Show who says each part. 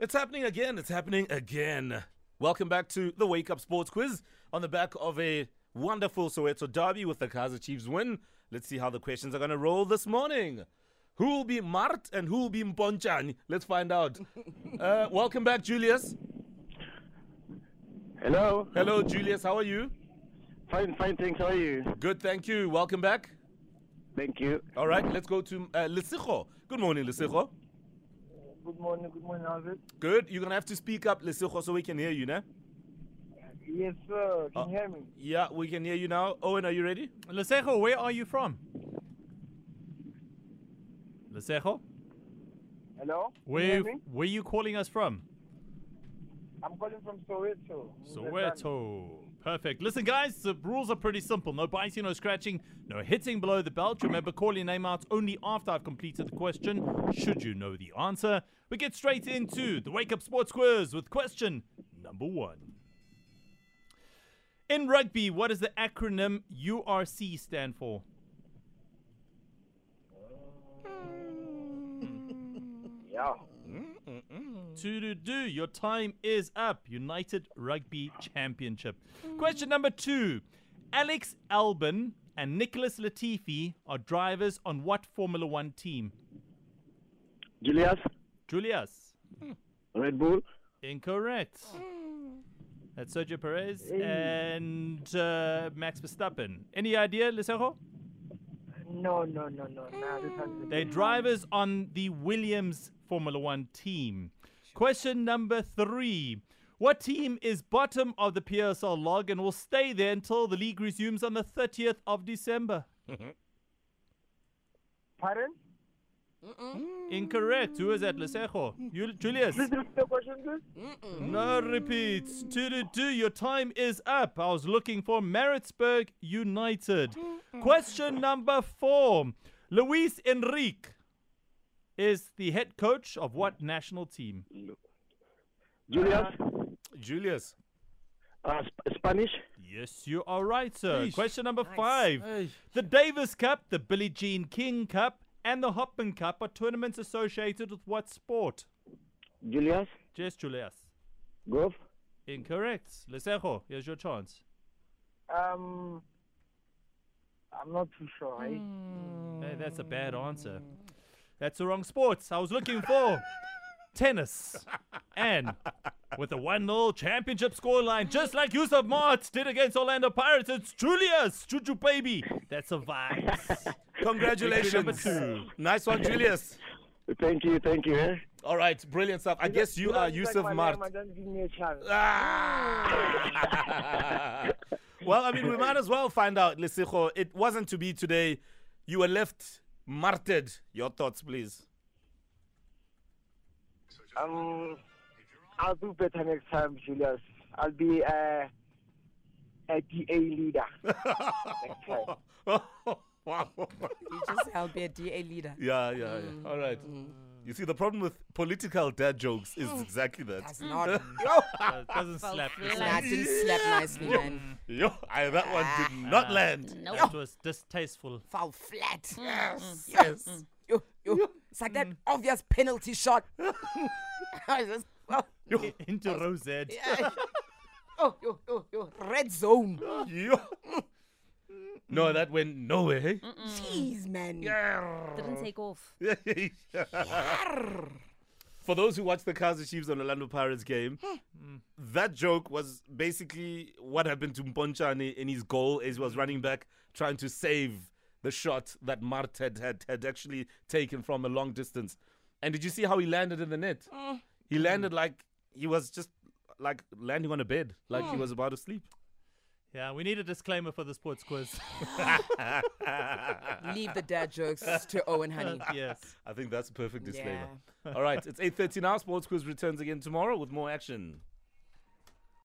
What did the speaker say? Speaker 1: It's happening again. It's happening again. Welcome back to the Wake Up Sports Quiz on the back of a wonderful Soweto derby with the Kaiser Chiefs win. Let's see how the questions are going to roll this morning. Who will be Mart and who will be Mponchan? Let's find out. Uh, welcome back, Julius.
Speaker 2: Hello.
Speaker 1: Hello, Julius. How are you?
Speaker 2: Fine, fine, thanks. How are you?
Speaker 1: Good, thank you. Welcome back.
Speaker 2: Thank you.
Speaker 1: All right, let's go to uh, Lesego. Good morning, Lesego.
Speaker 3: Good morning, good morning, how's it?
Speaker 1: Good. You're going to have to speak up, Lesego, so we can hear you now.
Speaker 3: Yes, sir. Can
Speaker 1: Uh,
Speaker 3: you hear me?
Speaker 1: Yeah, we can hear you now. Owen, are you ready?
Speaker 4: Lesejo, where are you from? Lesejo,
Speaker 3: Hello? Can you
Speaker 4: where
Speaker 3: hear me?
Speaker 4: where you calling us from?
Speaker 3: I'm calling from Soweto.
Speaker 4: Soweto. Perfect. Listen, guys, the rules are pretty simple. No biting, no scratching, no hitting below the belt. Remember, call your name out only after I've completed the question, should you know the answer. We get straight into the Wake Up Sports Quiz with question number one. In rugby, what does the acronym URC stand for?
Speaker 3: Yeah.
Speaker 4: To do do, your time is up. United Rugby Championship. Question number two. Alex Albon and Nicholas Latifi are drivers on what Formula One team?
Speaker 2: Julius,
Speaker 4: Julius.
Speaker 2: Red Bull,
Speaker 4: Incorrect. That's Sergio Perez and uh, Max Verstappen. Any idea, Lisero?
Speaker 3: No, no, no, no. Nah, this one-
Speaker 4: They're drivers on the Williams Formula One team. Question number three. What team is bottom of the PSL log and will stay there until the league resumes on the 30th of December?
Speaker 3: Pardon?
Speaker 4: Incorrect. Who is that, Lesejo? You, Julius?
Speaker 3: This is the question, please?
Speaker 4: No repeats. Do-do-do. Your time is up. I was looking for Maritzburg United. Question number four. Luis Enrique is the head coach of what national team?
Speaker 2: Julius,
Speaker 1: Julius.
Speaker 2: uh, sp- Spanish,
Speaker 4: Yes, you are right, sir. Question number five.
Speaker 1: Uh,
Speaker 4: The Davis Cup, the Billie Jean King Cup, and the Hopman Cup are tournaments associated with what sport?
Speaker 2: Julius,
Speaker 4: Yes, Julius.
Speaker 2: Golf,
Speaker 4: Incorrect. Lesejo, here's your chance.
Speaker 3: Um, I'm not too sure. eh?
Speaker 4: Hey, that's a bad answer. That's the wrong sports. I was looking for tennis. And with a 1 0 championship scoreline, just like Yusuf Martz did against Orlando Pirates, it's Julius Juju Baby. That's a vibe.
Speaker 1: Congratulations.
Speaker 4: two.
Speaker 1: nice one, Julius.
Speaker 2: thank you, thank you. Eh?
Speaker 1: All right, brilliant stuff. I guess you
Speaker 3: don't
Speaker 1: are
Speaker 3: check
Speaker 1: Yusuf
Speaker 3: my
Speaker 1: Mart.
Speaker 3: name and don't give me a chance.
Speaker 1: Ah! well, I mean, we might as well find out, Lesijo. It wasn't to be today. You were left martyred. Your thoughts, please.
Speaker 3: Um, I'll do better next time, Julius. I'll be uh, a DA leader. next time.
Speaker 1: wow.
Speaker 5: You just I'll be a DA leader.
Speaker 1: Yeah, yeah, yeah. All right. You see, the problem with political dad jokes is exactly that.
Speaker 5: That's not.
Speaker 4: It doesn't slap. It
Speaker 5: nah, Mm. I didn't slap nicely, man.
Speaker 1: Yo, I, that one did not land.
Speaker 4: was distasteful.
Speaker 5: Foul flat. Yes. Yes. Yo, yo. It's like that obvious penalty shot. I just, oh,
Speaker 4: Into Rosette.
Speaker 5: yeah. oh, yo, yo, yo. Mm. Red zone.
Speaker 1: Yo. No, that went nowhere.
Speaker 5: Jeez, man.
Speaker 6: Didn't take off.
Speaker 1: eh? For those who watched the Kaiser Chiefs and Orlando Pirates game, that joke was basically what happened to Mponchane in his goal as he was running back trying to save the shot that Mart had, had, had actually taken from a long distance. And did you see how he landed in the net? He landed like he was just like landing on a bed, like he was about to sleep.
Speaker 4: Yeah, we need a disclaimer for the sports quiz.
Speaker 5: Leave the dad jokes to Owen, honey.
Speaker 4: yes.
Speaker 1: I think that's a perfect disclaimer. All right, it's 8.30 now. Sports Quiz returns again tomorrow with more action.